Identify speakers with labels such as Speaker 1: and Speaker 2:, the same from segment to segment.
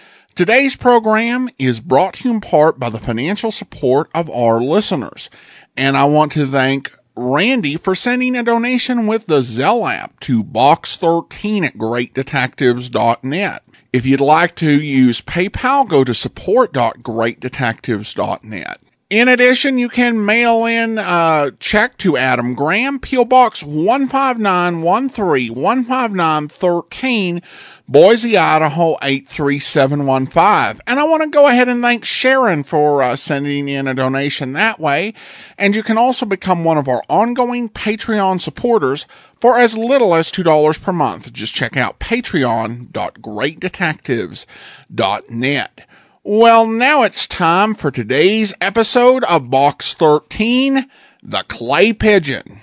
Speaker 1: Today's program is brought to you in part by the financial support of our listeners. And I want to thank Randy for sending a donation with the Zell app to box13 at greatdetectives.net. If you'd like to use PayPal, go to support.greatdetectives.net. In addition, you can mail in a check to Adam Graham, P.O. Box 15913, 15913, Boise, Idaho 83715. And I want to go ahead and thank Sharon for uh, sending in a donation that way. And you can also become one of our ongoing Patreon supporters for as little as $2 per month. Just check out patreon.greatdetectives.net. Well, now it's time for today's episode of Box 13 The Clay Pigeon.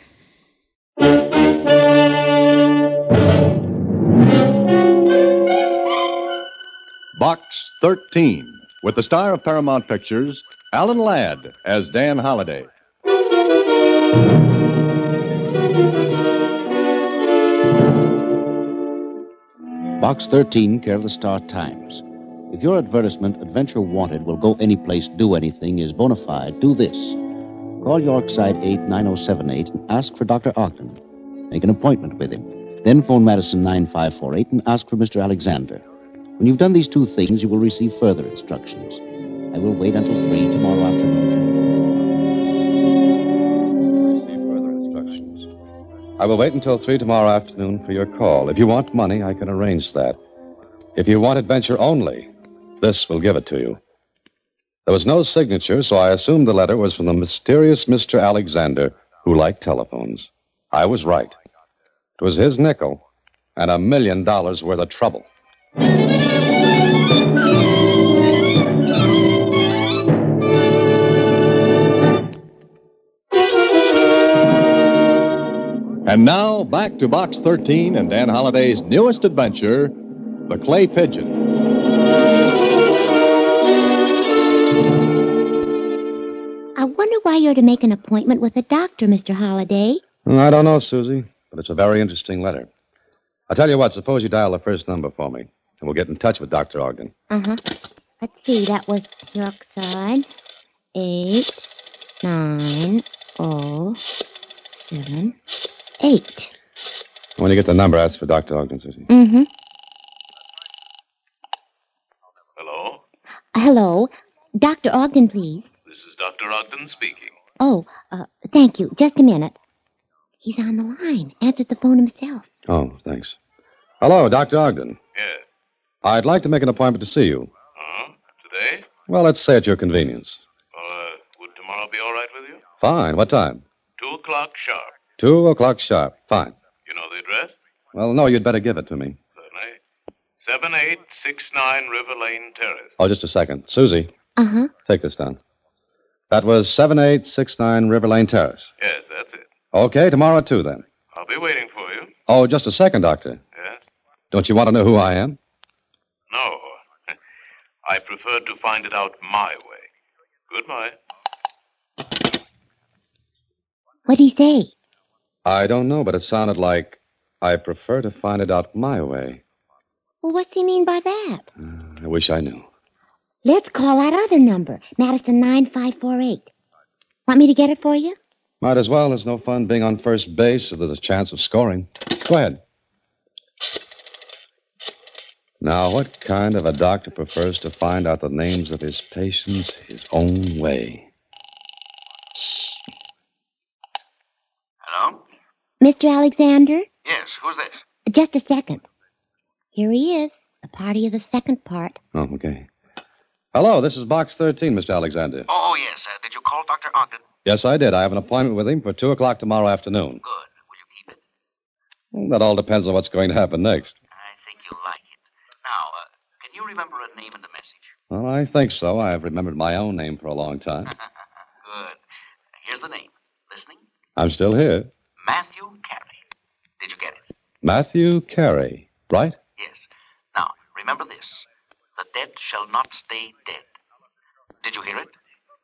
Speaker 2: Box 13, with the star of Paramount Pictures, Alan Ladd, as Dan Holliday.
Speaker 3: Box 13, Careless Star Times. If your advertisement, Adventure Wanted, will go anyplace, do anything, is bona fide, do this. Call Yorkside 89078 and ask for Dr. Ogden. Make an appointment with him. Then phone Madison 9548 and ask for Mr. Alexander. When you've done these two things, you will receive further instructions. I will wait until 3 tomorrow afternoon.
Speaker 2: I will wait until 3 tomorrow afternoon for your call. If you want money, I can arrange that. If you want adventure only, this will give it to you. There was no signature, so I assumed the letter was from the mysterious Mr. Alexander, who liked telephones. I was right. It was his nickel and a million dollars worth of trouble. And now, back to Box 13 and Dan Holliday's newest adventure, The Clay Pigeon.
Speaker 4: I wonder why you're to make an appointment with a doctor, Mr. Holliday.
Speaker 2: Hmm, I don't know, Susie, but it's a very interesting letter. I'll tell you what, suppose you dial the first number for me, and we'll get in touch with Dr. Ogden.
Speaker 4: Uh huh. Let's see, that was Yorkside. Eight, nine, oh, seven, eight.
Speaker 2: When you get the number, ask for Dr. Ogden, Susie.
Speaker 4: Mm hmm.
Speaker 5: Hello,
Speaker 4: Hello. Dr. Ogden, please.
Speaker 5: this is Dr. Ogden speaking.
Speaker 4: Oh, uh, thank you. Just a minute. He's on the line. Answered the phone himself.
Speaker 2: Oh, thanks. Hello, Dr. Ogden.
Speaker 5: Yeah.
Speaker 2: I'd like to make an appointment to see you.
Speaker 5: Huh? Today?
Speaker 2: Well, let's say at your convenience.
Speaker 5: Well, uh, would tomorrow be all right with you?
Speaker 2: Fine. What time?
Speaker 5: Two o'clock sharp.
Speaker 2: Two o'clock sharp. Fine.
Speaker 5: You know the address?
Speaker 2: Well, no, you'd better give it to me.
Speaker 5: Certainly. 7869 River Lane Terrace.
Speaker 2: Oh, just a second. Susie,
Speaker 4: Uh huh.
Speaker 2: take this down. That was 7869 River Lane Terrace.
Speaker 5: Yes, that's it.
Speaker 2: Okay, tomorrow at two then.
Speaker 5: I'll be waiting for you.
Speaker 2: Oh, just a second, Doctor.
Speaker 5: Yeah?
Speaker 2: Don't you want to know who I am?
Speaker 5: No. I prefer to find it out my way. Goodbye.
Speaker 4: What'd he say?
Speaker 2: I don't know, but it sounded like I prefer to find it out my way.
Speaker 4: Well, what's he mean by that?
Speaker 2: I wish I knew.
Speaker 4: Let's call that other number, Madison 9548. Want me to get it for you?
Speaker 2: Might as well. There's no fun being on first base if there's a chance of scoring. Go ahead. Now, what kind of a doctor prefers to find out the names of his patients his own way?
Speaker 5: Hello?
Speaker 4: Mr. Alexander?
Speaker 5: Yes, who's this?
Speaker 4: Just a second. Here he is, the party of the second part.
Speaker 2: Oh, okay. Hello, this is Box 13, Mr. Alexander.
Speaker 5: Oh, yes. Uh, did you call Dr. Ogden?
Speaker 2: Yes, I did. I have an appointment with him for 2 o'clock tomorrow afternoon.
Speaker 5: Good. Will you keep it?
Speaker 2: Well, That all depends on what's going to happen next.
Speaker 5: I think you'll like it. Now, uh, can you remember a name and a message?
Speaker 2: Well, I think so. I've remembered my own name for a long time.
Speaker 6: Good. Here's the name. Listening?
Speaker 2: I'm still here.
Speaker 6: Matthew Carey. Did you get it?
Speaker 2: Matthew Carey, right?
Speaker 6: Yes. Now, remember this. The dead shall not stay dead. Did you hear it?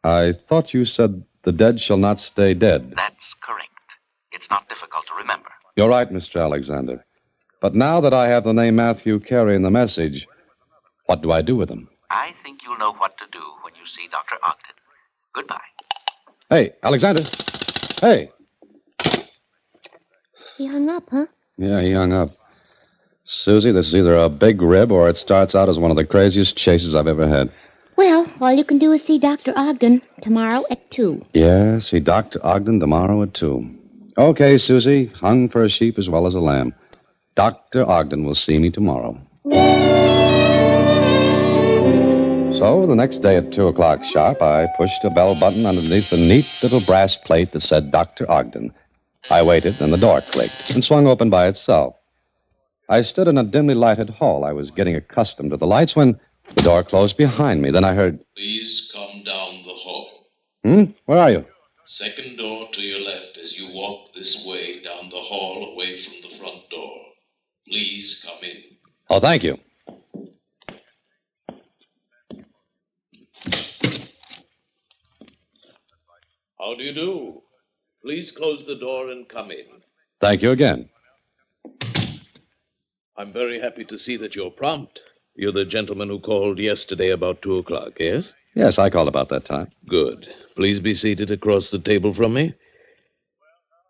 Speaker 2: I thought you said the dead shall not stay dead.
Speaker 6: That's correct. It's not difficult to remember.
Speaker 2: You're right, Mr. Alexander. But now that I have the name Matthew Carey in the message, what do I do with them?
Speaker 6: I think you'll know what to do when you see Dr. Ogden. Goodbye.
Speaker 2: Hey, Alexander. Hey.
Speaker 4: He hung up, huh?
Speaker 2: Yeah, he hung up. Susie, this is either a big rib or it starts out as one of the craziest chases I've ever had.
Speaker 4: Well, all you can do is see Dr. Ogden tomorrow at 2.
Speaker 2: Yeah, see Dr. Ogden tomorrow at 2. Okay, Susie, hung for a sheep as well as a lamb. Dr. Ogden will see me tomorrow. So, the next day at 2 o'clock sharp, I pushed a bell button underneath the neat little brass plate that said Dr. Ogden. I waited, and the door clicked and swung open by itself. I stood in a dimly lighted hall. I was getting accustomed to the lights when the door closed behind me. Then I heard,
Speaker 7: Please come down the hall.
Speaker 2: Hmm? Where are you?
Speaker 7: Second door to your left as you walk this way down the hall away from the front door. Please come in.
Speaker 2: Oh, thank you.
Speaker 7: How do you do? Please close the door and come in.
Speaker 2: Thank you again.
Speaker 7: I'm very happy to see that you're prompt. You're the gentleman who called yesterday about two o'clock, yes?
Speaker 2: Yes, I called about that time.
Speaker 7: Good. Please be seated across the table from me.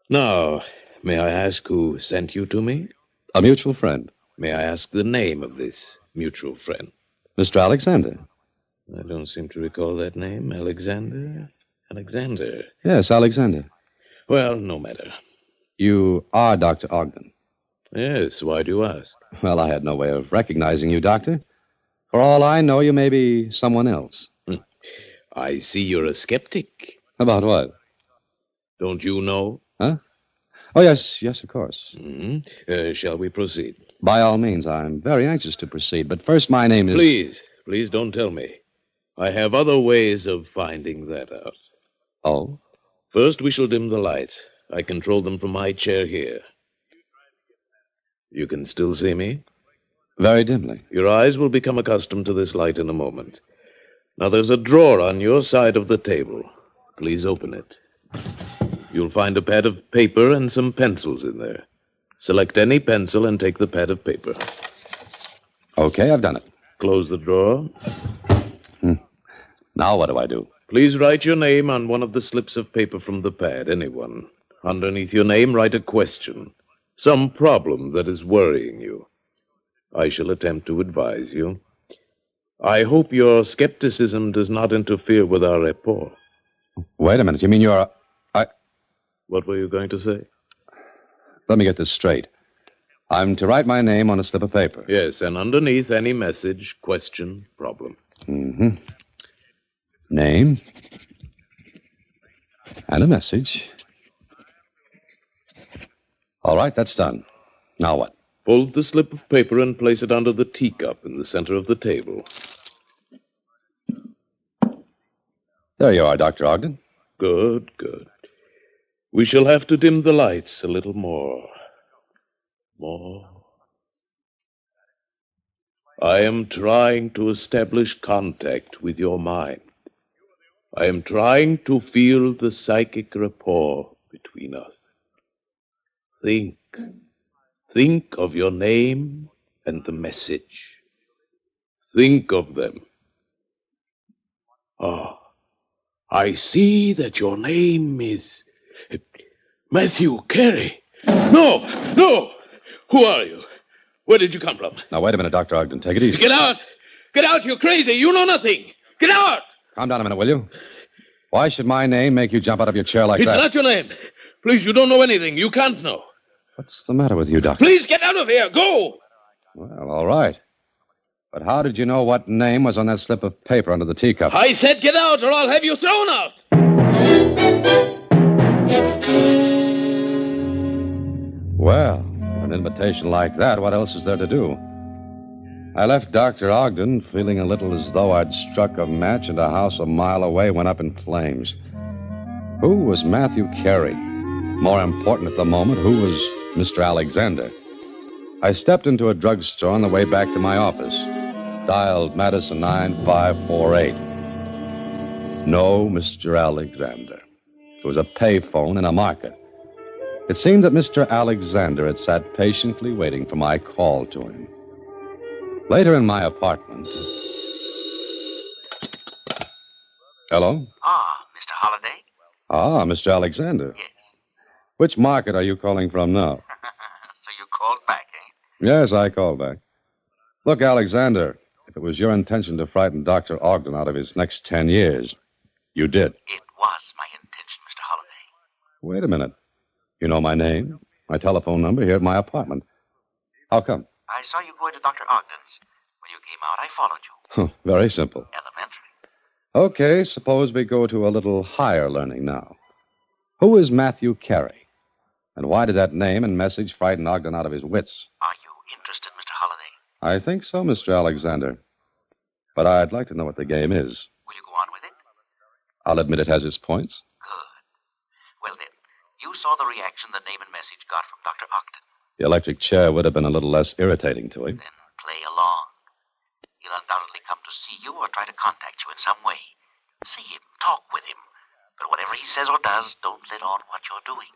Speaker 7: Now, may I ask who sent you to me?
Speaker 2: A mutual friend,
Speaker 7: May I ask the name of this mutual friend?
Speaker 2: Mr. Alexander.
Speaker 7: I don't seem to recall that name. Alexander? Alexander.
Speaker 2: Yes, Alexander.
Speaker 7: Well, no matter.
Speaker 2: You are Dr. Ogden.
Speaker 7: Yes, why do you ask?
Speaker 2: Well, I had no way of recognizing you, Doctor. For all I know, you may be someone else.
Speaker 7: I see you're a skeptic.
Speaker 2: About what?
Speaker 7: Don't you know?
Speaker 2: Oh, yes, yes, of course.
Speaker 7: hmm Uh, shall we proceed?
Speaker 2: By all means, I'm very anxious to proceed, but first, my name is.
Speaker 7: Please, please don't tell me. I have other ways of finding that out.
Speaker 2: Oh,
Speaker 7: First, we shall dim the lights. I control them from my chair here. You can still see me?
Speaker 2: very dimly.
Speaker 7: Your eyes will become accustomed to this light in a moment. Now, there's a drawer on your side of the table. Please open it. You'll find a pad of paper and some pencils in there. Select any pencil and take the pad of paper.
Speaker 2: Okay, I've done it.
Speaker 7: Close the drawer.
Speaker 2: Now, what do I do?
Speaker 7: Please write your name on one of the slips of paper from the pad, anyone. Underneath your name, write a question, some problem that is worrying you. I shall attempt to advise you. I hope your skepticism does not interfere with our rapport.
Speaker 2: Wait a minute. You mean you're. a-
Speaker 7: What were you going to say?
Speaker 2: Let me get this straight. I'm to write my name on a slip of paper.
Speaker 7: Yes, and underneath any message, question, problem.
Speaker 2: Mm-hmm. Name. And a message. All right, that's done. Now what?
Speaker 7: Fold the slip of paper and place it under the teacup in the center of the table.
Speaker 2: There you are, Dr. Ogden.
Speaker 7: Good, good. We shall have to dim the lights a little more. More. I am trying to establish contact with your mind. I am trying to feel the psychic rapport between us. Think. Think of your name and the message. Think of them. Ah. I see that your name is Matthew Carey. No, no. Who are you? Where did you come from?
Speaker 2: Now, wait a minute, Dr. Ogden. Take it easy.
Speaker 7: Get out! Get out! You're crazy! You know nothing! Get out!
Speaker 2: Calm down a minute, will you? Why should my name make you jump out of your chair like
Speaker 7: it's
Speaker 2: that?
Speaker 7: not your name. Please, you don't know anything. You can't know.
Speaker 2: What's the matter with you, Doctor?
Speaker 7: Please get out of here. Go!
Speaker 2: Well, all right. But how did you know what name was on that slip of paper under the teacup?
Speaker 7: I said get out, or I'll have you thrown out.
Speaker 2: Well, an invitation like that, what else is there to do? I left Dr. Ogden feeling a little as though I'd struck a match and a house a mile away went up in flames. Who was Matthew Carey? More important at the moment, who was Mr. Alexander? I stepped into a drugstore on the way back to my office, dialed Madison 9548. No, Mr. Alexander. It was a payphone in a market. It seemed that Mr. Alexander had sat patiently waiting for my call to him. Later in my apartment. Hello?
Speaker 6: Ah, Mr. Holliday?
Speaker 2: Ah, Mr. Alexander.
Speaker 6: Yes.
Speaker 2: Which market are you calling from now?
Speaker 6: So you called back, eh?
Speaker 2: Yes, I called back. Look, Alexander, if it was your intention to frighten Dr. Ogden out of his next ten years, you did.
Speaker 6: It was my intention, Mr. Holliday.
Speaker 2: Wait a minute. You know my name, my telephone number here at my apartment. How come?
Speaker 6: I saw you going to Dr. Ogden's. When you came out, I followed you.
Speaker 2: Huh, Very simple.
Speaker 6: Elementary.
Speaker 2: Okay, suppose we go to a little higher learning now. Who is Matthew Carey? And why did that name and message frighten Ogden out of his wits?
Speaker 6: Are you interested, Mr. Holliday?
Speaker 2: I think so, Mr. Alexander. But I'd like to know what the game is.
Speaker 6: Will you go on with it?
Speaker 2: I'll admit it has its points.
Speaker 6: Good. Well, then, you saw the reaction the name and message got from Dr. Ogden.
Speaker 2: The electric chair would have been a little less irritating to him.
Speaker 6: Then play along. He'll undoubtedly come to see you or try to contact you in some way. See him, talk with him. But whatever he says or does, don't let on what you're doing.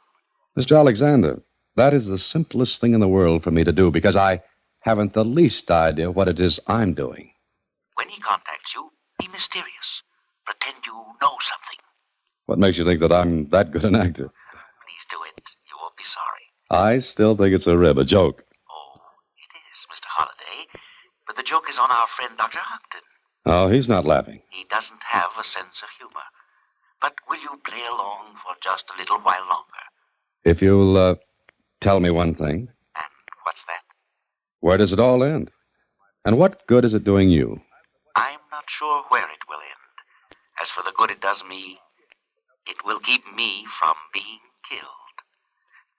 Speaker 2: Mr. Alexander, that is the simplest thing in the world for me to do because I haven't the least idea what it is I'm doing.
Speaker 6: When he contacts you, be mysterious. Pretend you know something.
Speaker 2: What makes you think that I'm that good an actor?
Speaker 6: Please do it. You won't be sorry.
Speaker 2: I still think it's a rib, a joke.
Speaker 6: Oh, it is, Mr. Holliday. But the joke is on our friend Dr. Ogden.
Speaker 2: Oh, he's not laughing.
Speaker 6: He doesn't have a sense of humor. But will you play along for just a little while longer?
Speaker 2: If you'll uh, tell me one thing,
Speaker 6: And what's that?
Speaker 2: where does it all end? And what good is it doing you?
Speaker 6: I'm not sure where it will end. As for the good it does me, it will keep me from being killed.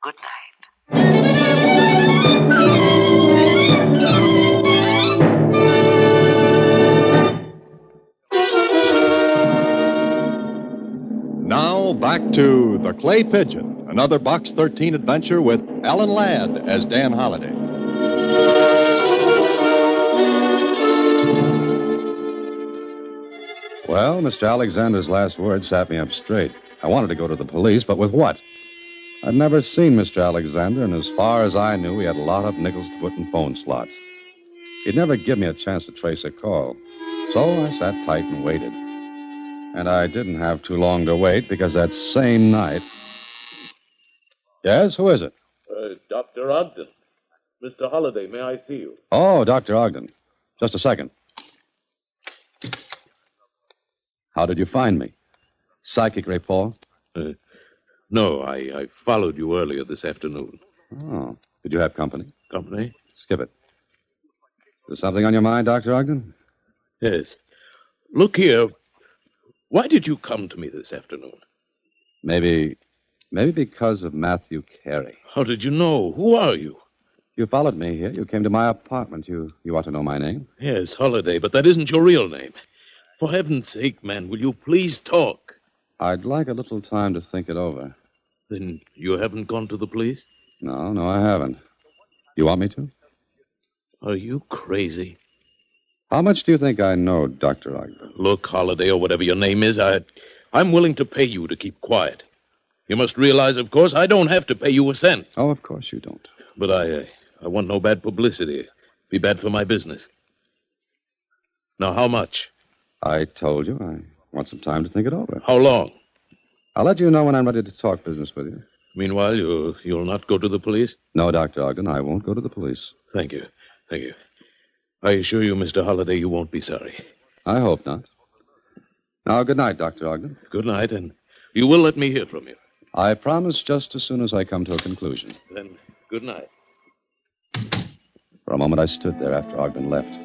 Speaker 6: Good night.
Speaker 8: Now back to The Clay Pigeon, another Box 13 adventure with Alan Ladd as Dan Holliday.
Speaker 2: Well, Mr. Alexander's last words sat me up straight. I wanted to go to the police, but with what? I'd never seen Mr. Alexander, and as far as I knew, he had a lot of nickels to put in phone slots. He'd never give me a chance to trace a call. So I sat tight and waited. And I didn't have too long to wait because that same night. Yes, who is it?
Speaker 7: Uh, Dr. Ogden. Mr. Holliday, may I see you?
Speaker 2: Oh, Dr. Ogden. Just a second. How did you find me? Psychic rapport?
Speaker 7: No, I, I followed you earlier this afternoon.
Speaker 2: Oh. Did you have company?
Speaker 7: Company?
Speaker 2: Skip it. There's something on your mind, Dr. Ogden?
Speaker 7: Yes. Look here. Why did you come to me this afternoon?
Speaker 2: Maybe. Maybe because of Matthew Carey.
Speaker 7: How did you know? Who are you?
Speaker 2: You followed me here. You came to my apartment. You you ought to know my name.
Speaker 7: Yes, Holiday, but that isn't your real name. For heaven's sake, man, will you please talk?
Speaker 2: I'd like a little time to think it over.
Speaker 7: Then you haven't gone to the police?
Speaker 2: No, no, I haven't. You want me to?
Speaker 7: Are you crazy?
Speaker 2: How much do you think I know, Dr. Ogden?
Speaker 7: Look, Holiday, or whatever your name is, I, I'm willing to pay you to keep quiet. You must realize, of course, I don't have to pay you a cent.
Speaker 2: Oh, of course you don't.
Speaker 7: But I, uh, I want no bad publicity. Be bad for my business. Now, how much?
Speaker 2: I told you I want some time to think it over.
Speaker 7: How long?
Speaker 2: I'll let you know when I'm ready to talk business with you.
Speaker 7: Meanwhile, you, you'll not go to the police?
Speaker 2: No, Dr. Ogden, I won't go to the police.
Speaker 7: Thank you. Thank you. I assure you, Mr. Holliday, you won't be sorry.
Speaker 2: I hope not. Now, good night, Dr. Ogden.
Speaker 7: Good night, and you will let me hear from you.
Speaker 2: I promise just as soon as I come to a conclusion.
Speaker 7: Then, good night.
Speaker 2: For a moment, I stood there after Ogden left.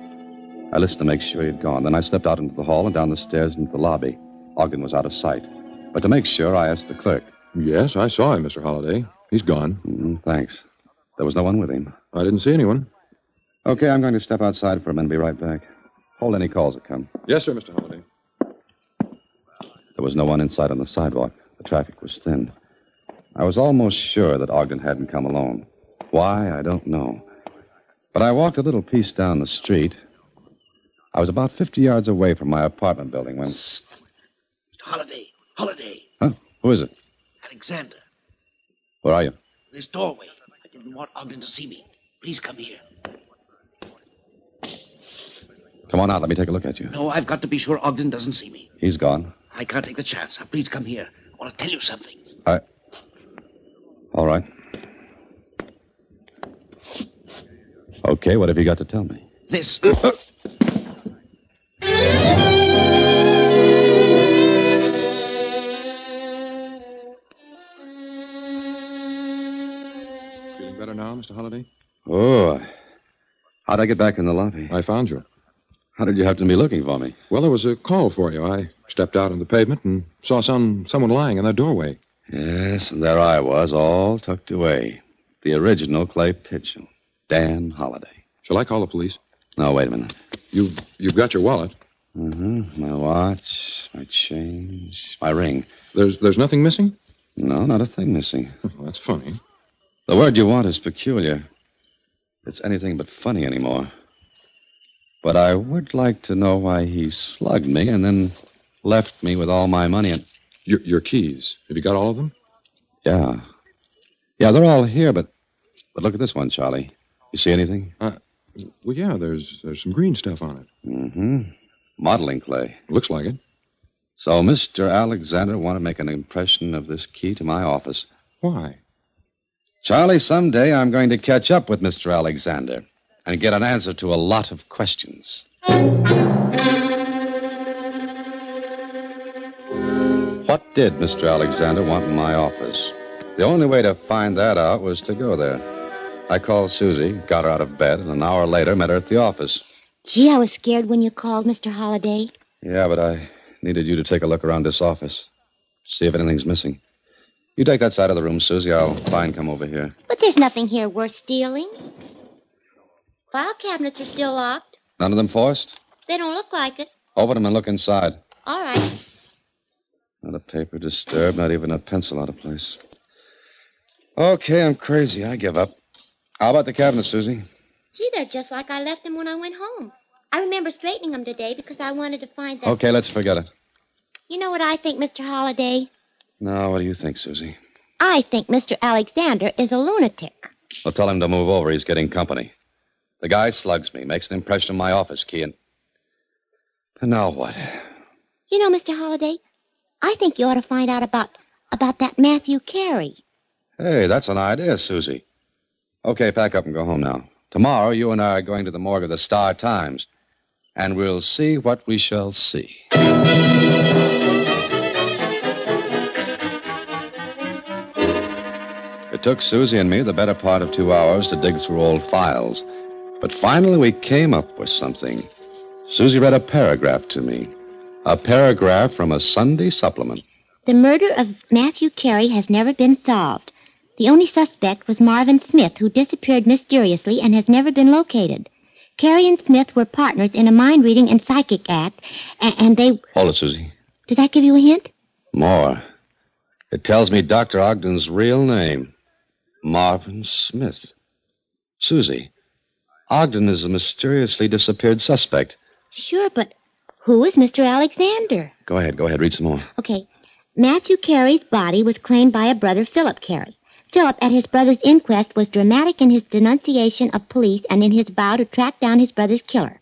Speaker 2: I listened to make sure he'd gone. Then I stepped out into the hall and down the stairs into the lobby. Ogden was out of sight. But to make sure, I asked the clerk.
Speaker 8: Yes, I saw him, Mr. Holliday. He's gone.
Speaker 2: Mm, thanks. There was no one with him.
Speaker 8: I didn't see anyone.
Speaker 2: Okay, I'm going to step outside for a minute and be right back. Hold any calls that come.
Speaker 8: Yes, sir, Mr. Holliday.
Speaker 2: There was no one inside on the sidewalk. The traffic was thin. I was almost sure that Ogden hadn't come alone. Why, I don't know. But I walked a little piece down the street. I was about 50 yards away from my apartment building when.
Speaker 6: Holiday, Holiday,
Speaker 2: Huh? Who is it?
Speaker 6: Alexander,
Speaker 2: Where are you?
Speaker 6: this doorway. I didn't want Ogden to see me. Please come here.
Speaker 2: Come on out. Let me take a look at you.
Speaker 6: No, I've got to be sure Ogden doesn't see me.
Speaker 2: He's gone.
Speaker 6: I can't take the chance. Now, please come here. I want to tell you something.
Speaker 2: All right. Okay, what have you got to tell me?
Speaker 6: This.
Speaker 8: Feeling better now, Mr. Holliday?
Speaker 2: Oh, how'd I get back in the lobby?
Speaker 8: I found you.
Speaker 2: How did you happen to be looking for me?
Speaker 8: Well, there was a call for you. I stepped out on the pavement and saw some someone lying in that doorway.
Speaker 2: Yes, and there I was, all tucked away. The original Clay Pigeon, Dan Holliday.
Speaker 8: Shall I call the police?
Speaker 2: No, wait a minute.
Speaker 8: You've you've got your wallet.
Speaker 2: Mm-hmm. My watch, my change, my ring.
Speaker 8: There's there's nothing missing.
Speaker 2: No, not a thing missing.
Speaker 8: Well, that's funny.
Speaker 2: The word you want is peculiar. It's anything but funny anymore. But I would like to know why he slugged me and then left me with all my money and.
Speaker 8: Your your keys. Have you got all of them?
Speaker 2: Yeah. Yeah, they're all here, but. But look at this one, Charlie. You see anything?
Speaker 8: Uh, Well, yeah. There's there's some green stuff on it.
Speaker 2: Mm-hmm. Modeling clay.
Speaker 8: Looks like it.
Speaker 2: So Mr. Alexander wanted to make an impression of this key to my office.
Speaker 8: Why?
Speaker 2: Charlie, someday I'm going to catch up with Mr. Alexander and get an answer to a lot of questions. What did Mr. Alexander want in my office? The only way to find that out was to go there. I called Susie, got her out of bed, and an hour later met her at the office.
Speaker 4: Gee, I was scared when you called, Mr. Holliday.
Speaker 2: Yeah, but I needed you to take a look around this office. See if anything's missing. You take that side of the room, Susie. I'll try and come over here.
Speaker 4: But there's nothing here worth stealing. File cabinets are still locked.
Speaker 2: None of them forced?
Speaker 4: They don't look like it.
Speaker 2: Open them and look inside.
Speaker 4: All right.
Speaker 2: Not a paper disturbed, not even a pencil out of place. Okay, I'm crazy. I give up. How about the cabinet, Susie?
Speaker 4: Gee, they're just like I left them when I went home. I remember straightening them today because I wanted to find them.
Speaker 2: Okay, let's forget it.
Speaker 4: You know what I think, Mr. Holliday?
Speaker 2: Now, what do you think, Susie?
Speaker 4: I think Mr. Alexander is a lunatic.
Speaker 2: Well, tell him to move over. He's getting company. The guy slugs me, makes an impression of my office key, and. And now what?
Speaker 4: You know, Mr. Holliday, I think you ought to find out about about that Matthew Carey.
Speaker 2: Hey, that's an idea, Susie. Okay, pack up and go home now. Tomorrow, you and I are going to the morgue of the Star Times, and we'll see what we shall see. It took Susie and me the better part of two hours to dig through old files, but finally we came up with something. Susie read a paragraph to me, a paragraph from a Sunday supplement.
Speaker 4: The murder of Matthew Carey has never been solved. The only suspect was Marvin Smith, who disappeared mysteriously and has never been located. Carey and Smith were partners in a mind reading and psychic act, and, and they.
Speaker 2: Hold it, Susie.
Speaker 4: Did that give you a hint?
Speaker 2: More. It tells me Dr. Ogden's real name Marvin Smith. Susie, Ogden is a mysteriously disappeared suspect.
Speaker 4: Sure, but who was Mr. Alexander?
Speaker 2: Go ahead, go ahead, read some more.
Speaker 4: Okay. Matthew Carey's body was claimed by a brother, Philip Carey. Philip, at his brother's inquest, was dramatic in his denunciation of police and in his vow to track down his brother's killer.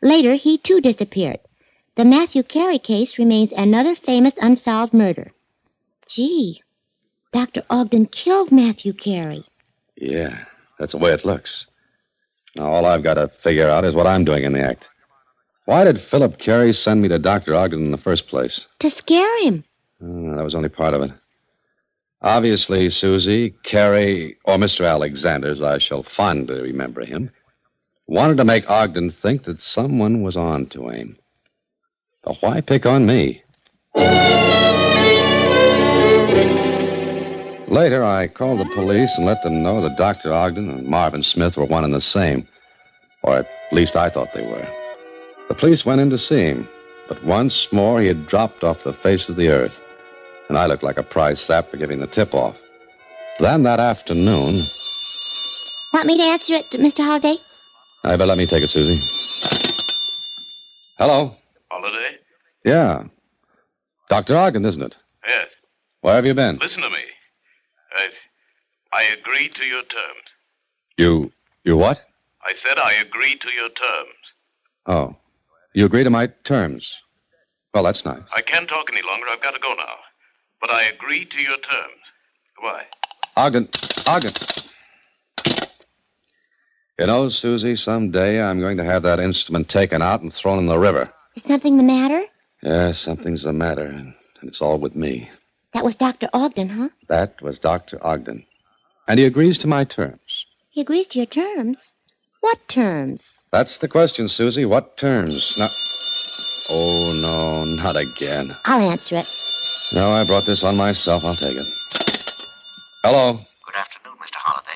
Speaker 4: Later, he too disappeared. The Matthew Carey case remains another famous unsolved murder. Gee, Dr. Ogden killed Matthew Carey.
Speaker 2: Yeah, that's the way it looks. Now, all I've got to figure out is what I'm doing in the act. Why did Philip Carey send me to Dr. Ogden in the first place?
Speaker 4: To scare him.
Speaker 2: Uh, that was only part of it. Obviously, Susie, Carey, or Mr. Alexander, as I shall fondly remember him, wanted to make Ogden think that someone was on to him. But why pick on me? Later, I called the police and let them know that Dr. Ogden and Marvin Smith were one and the same. Or at least I thought they were. The police went in to see him, but once more he had dropped off the face of the earth, and I looked like a prize sap for giving the tip off. Then that afternoon,
Speaker 4: Want me to answer it, Mr. Holliday?
Speaker 2: I bet let me take it, Susie. Hello?
Speaker 5: Holiday?
Speaker 2: Yeah. Dr. Ogden, isn't it?
Speaker 5: Yes.
Speaker 2: Where have you been?
Speaker 5: Listen to me. I, I agree to your terms.
Speaker 2: You. You what?
Speaker 5: I said I agree to your terms.
Speaker 2: Oh. You agree to my terms. Well, that's nice.
Speaker 5: I can't talk any longer. I've got to go now. But I agree to your terms. Goodbye.
Speaker 2: Ogden. Ogden. You know, Susie, someday I'm going to have that instrument taken out and thrown in the river.
Speaker 4: Is something the matter?
Speaker 2: Yeah, something's the matter, and it's all with me.
Speaker 4: That was Dr. Ogden, huh?
Speaker 2: That was Dr. Ogden. And he agrees to my terms.
Speaker 4: He agrees to your terms. What terms?
Speaker 2: That's the question, Susie. What terms? Now. Oh, no, not again.
Speaker 4: I'll answer it.
Speaker 2: No, I brought this on myself. I'll take it. Hello.
Speaker 6: Good afternoon, Mr. Holliday.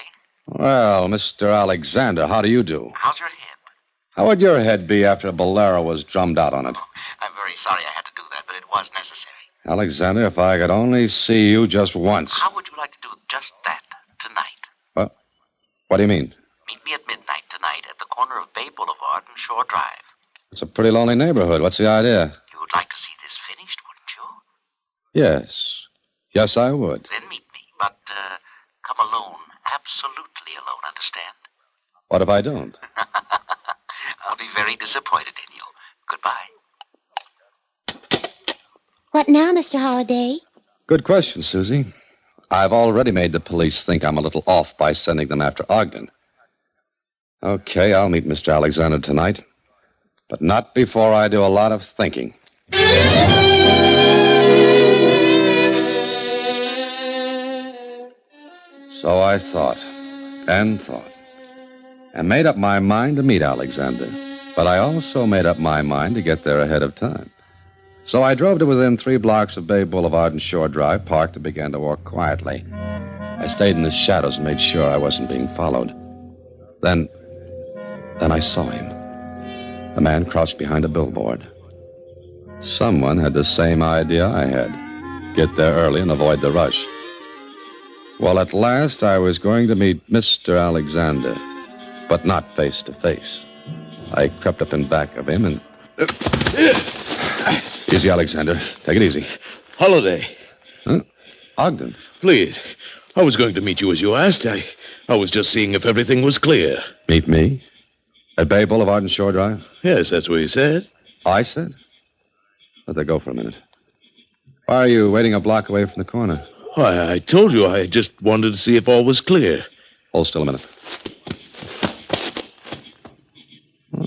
Speaker 2: Well, Mr. Alexander, how do you do?
Speaker 6: How's your head?
Speaker 2: How would your head be after a bolero was drummed out on it?
Speaker 6: I'm very sorry I had to do that, but it was necessary.
Speaker 2: Alexander, if I could only see you just once.
Speaker 6: How would you like to do just that tonight?
Speaker 2: What do you mean?
Speaker 6: Meet me at midnight tonight at the corner of Bay Boulevard and Shore Drive.
Speaker 2: It's a pretty lonely neighborhood. What's the idea?
Speaker 6: You would like to see this finished, wouldn't you?
Speaker 2: Yes. Yes, I would.
Speaker 6: Then meet me, but uh, come alone, absolutely alone, understand?
Speaker 2: What if I don't?
Speaker 6: I'll be very disappointed in you. Goodbye.
Speaker 4: What now, Mr. Holliday?
Speaker 2: Good question, Susie. I've already made the police think I'm a little off by sending them after Ogden. Okay, I'll meet Mr. Alexander tonight, but not before I do a lot of thinking. So I thought and thought and made up my mind to meet Alexander, but I also made up my mind to get there ahead of time. So I drove to within three blocks of Bay Boulevard and Shore Drive, parked, and began to walk quietly. I stayed in the shadows and made sure I wasn't being followed. Then. Then I saw him. A man crouched behind a billboard. Someone had the same idea I had get there early and avoid the rush. Well, at last I was going to meet Mr. Alexander, but not face to face. I crept up in back of him and Easy, Alexander. Take it easy.
Speaker 7: Holiday,
Speaker 2: Ogden.
Speaker 7: please. I was going to meet you as you asked. I, I was just seeing if everything was clear.
Speaker 2: Meet me? At Bay Boulevard and Shore Drive?
Speaker 7: Yes, that's what he said.
Speaker 2: I said. Let that go for a minute. Why are you waiting a block away from the corner?
Speaker 7: Why, I told you I just wanted to see if all was clear.
Speaker 2: Hold still a minute.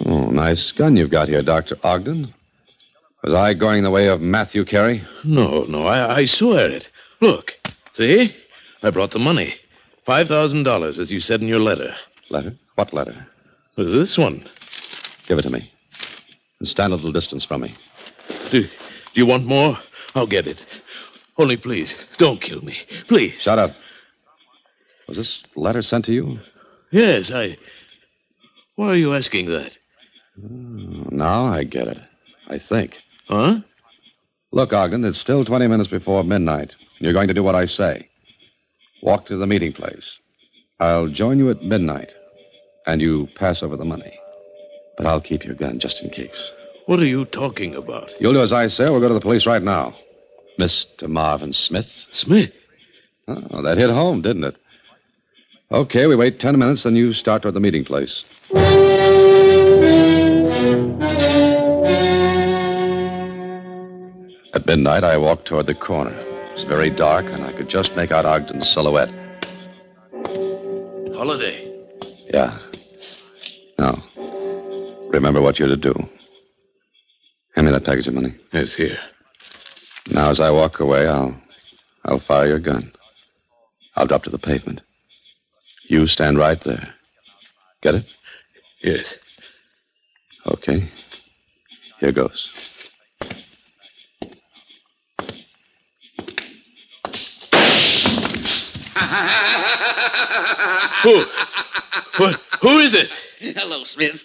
Speaker 2: Oh, nice gun you've got here, Dr. Ogden. Was I going the way of Matthew Carey?
Speaker 7: No, no, I, I swear it. Look, see? I brought the money. $5,000, as you said in your letter.
Speaker 2: Letter? What letter?
Speaker 7: This one.
Speaker 2: Give it to me. And stand a little distance from me.
Speaker 7: Do, do you want more? I'll get it. Only please, don't kill me. Please.
Speaker 2: Shut up. Was this letter sent to you?
Speaker 7: Yes, I. Why are you asking that?
Speaker 2: Now I get it. I think.
Speaker 7: Huh?
Speaker 2: Look, Ogden, it's still 20 minutes before midnight. You're going to do what I say. Walk to the meeting place. I'll join you at midnight, and you pass over the money. But I'll keep your gun just in case.
Speaker 7: What are you talking about?
Speaker 2: You'll do as I say, or we'll go to the police right now. Mr. Marvin Smith.
Speaker 7: Smith?
Speaker 2: Oh, that hit home, didn't it? Okay, we wait 10 minutes, and you start toward the meeting place. At midnight, I walked toward the corner. It was very dark, and I could just make out Ogden's silhouette.
Speaker 7: Holiday.
Speaker 2: Yeah. Now, remember what you're to do. Hand me that package of money.
Speaker 7: Yes, here.
Speaker 2: Now, as I walk away, I'll, I'll fire your gun. I'll drop to the pavement. You stand right there. Get it?
Speaker 7: Yes.
Speaker 2: Okay. Here goes.
Speaker 7: Who? what? Who is it?
Speaker 6: Hello, Smith.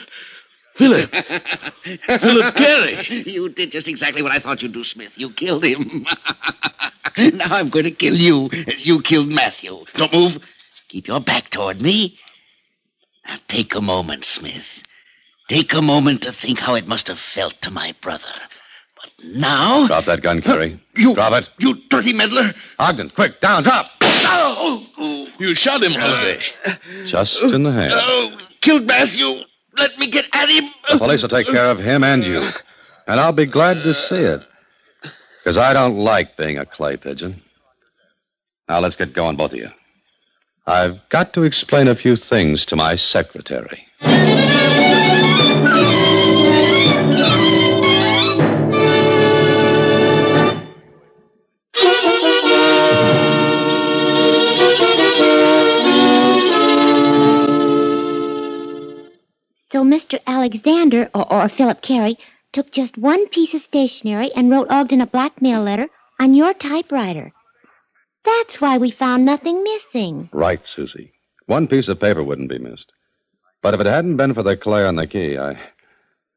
Speaker 7: Philip! Philip Carey!
Speaker 6: you did just exactly what I thought you'd do, Smith. You killed him. now I'm going to kill you as you killed Matthew. Don't move. Keep your back toward me. Now take a moment, Smith. Take a moment to think how it must have felt to my brother. But now.
Speaker 2: Drop that gun, Carey.
Speaker 6: You.
Speaker 2: Drop it.
Speaker 6: You dirty meddler!
Speaker 2: Ogden, quick, down, drop.
Speaker 6: Oh!
Speaker 7: You shot him, Holiday.
Speaker 2: Just in the hand.
Speaker 6: Oh, killed Matthew. Let me get at him.
Speaker 2: The police will take care of him and you. And I'll be glad to see it. Because I don't like being a clay pigeon. Now let's get going, both of you. I've got to explain a few things to my secretary.
Speaker 4: So Mr. Alexander, or, or Philip Carey, took just one piece of stationery and wrote Ogden a blackmail letter on your typewriter. That's why we found nothing missing.
Speaker 2: Right, Susie. One piece of paper wouldn't be missed. But if it hadn't been for the clay on the key, I,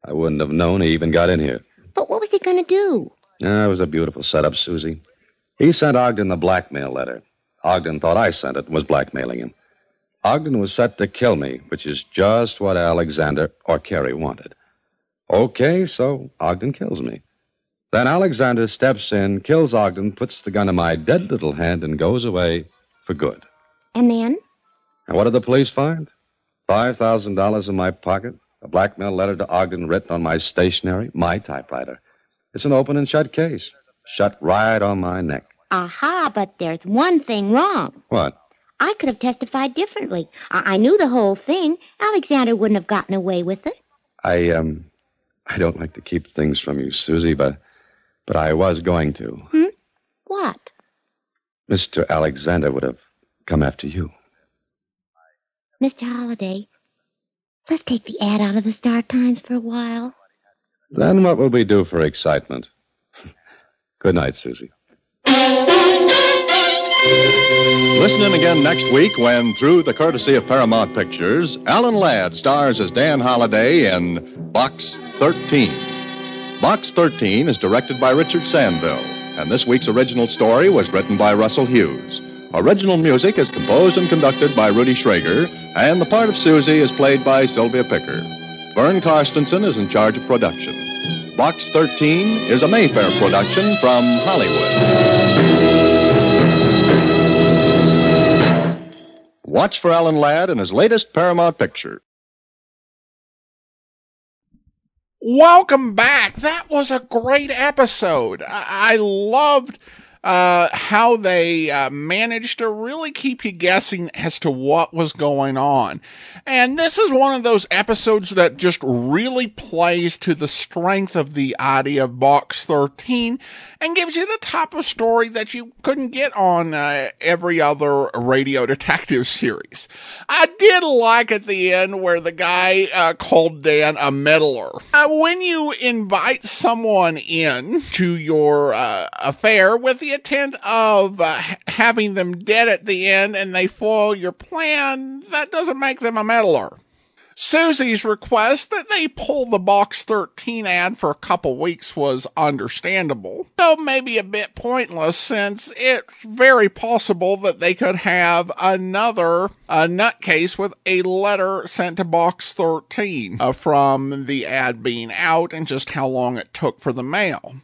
Speaker 2: I wouldn't have known he even got in here.
Speaker 4: But what was he going to do?
Speaker 2: Yeah, it was a beautiful setup, Susie. He sent Ogden the blackmail letter. Ogden thought I sent it and was blackmailing him. Ogden was set to kill me, which is just what Alexander or Carey wanted. Okay, so Ogden kills me. Then Alexander steps in, kills Ogden, puts the gun in my dead little hand, and goes away for good.
Speaker 4: And then?
Speaker 2: And what did the police find? $5,000 in my pocket, a blackmail letter to Ogden written on my stationery, my typewriter. It's an open and shut case, shut right on my neck.
Speaker 4: Aha, but there's one thing wrong.
Speaker 2: What?
Speaker 4: I could have testified differently. I, I knew the whole thing. Alexander wouldn't have gotten away with it.
Speaker 2: I, um, I don't like to keep things from you, Susie, but, but I was going to.
Speaker 4: What?
Speaker 2: Mr. Alexander would have come after you.
Speaker 4: Mr. Holliday, let's take the ad out of the Star Times for a while.
Speaker 2: Then what will we do for excitement? Good night, Susie.
Speaker 8: Listen in again next week when, through the courtesy of Paramount Pictures, Alan Ladd stars as Dan Holliday in Box 13. Box 13 is directed by Richard Sandville, and this week's original story was written by Russell Hughes. Original music is composed and conducted by Rudy Schrager, and the part of Susie is played by Sylvia Picker. Vern Carstensen is in charge of production. Box 13 is a Mayfair production from Hollywood. Watch for Alan Ladd in his latest Paramount picture.
Speaker 1: Welcome back. That was a great episode. I, I loved uh, how they uh, managed to really keep you guessing as to what was going on. And this is one of those episodes that just really plays to the strength of the idea of Box 13 and gives you the type of story that you couldn't get on uh, every other radio detective series. I did like at the end where the guy uh, called Dan a meddler. Uh, when you invite someone in to your uh, affair with the intent of uh, ha- having them dead at the end and they foil your plan, that doesn't make them a meddler. Susie's request that they pull the Box 13 ad for a couple weeks was understandable, though maybe a bit pointless since it's very possible that they could have another uh, nutcase with a letter sent to Box 13 uh, from the ad being out and just how long it took for the mail.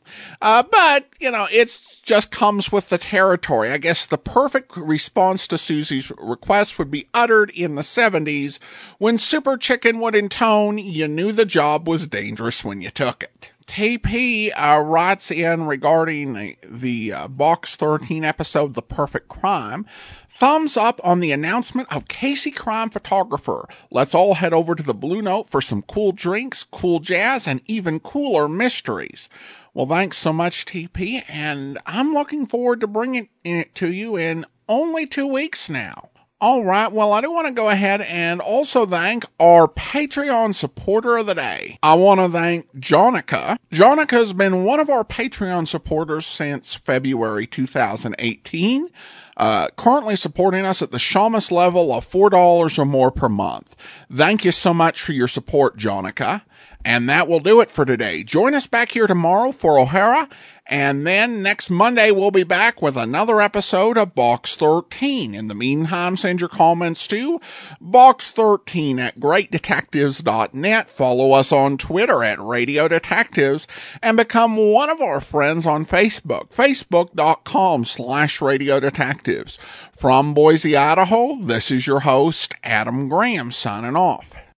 Speaker 1: Uh, but, you know, it's just comes with the territory. I guess the perfect response to Susie's request would be uttered in the 70s when Super Chicken would intone, You knew the job was dangerous when you took it. TP uh, writes in regarding the, the uh, Box 13 episode, The Perfect Crime. Thumbs up on the announcement of Casey Crime Photographer. Let's all head over to the Blue Note for some cool drinks, cool jazz, and even cooler mysteries. Well, thanks so much, TP, and I'm looking forward to bringing it to you in only two weeks now. All right. Well, I do want to go ahead and also thank our Patreon supporter of the day. I want to thank Jonica. Jonica has been one of our Patreon supporters since February 2018, uh, currently supporting us at the Shamus level of $4 or more per month. Thank you so much for your support, Jonica. And that will do it for today. Join us back here tomorrow for O'Hara. And then next Monday, we'll be back with another episode of Box 13. In the meantime, send your comments to box13 at greatdetectives.net. Follow us on Twitter at Radio Detectives and become one of our friends on Facebook, facebook.com slash Radio Detectives. From Boise, Idaho, this is your host, Adam Graham, signing off.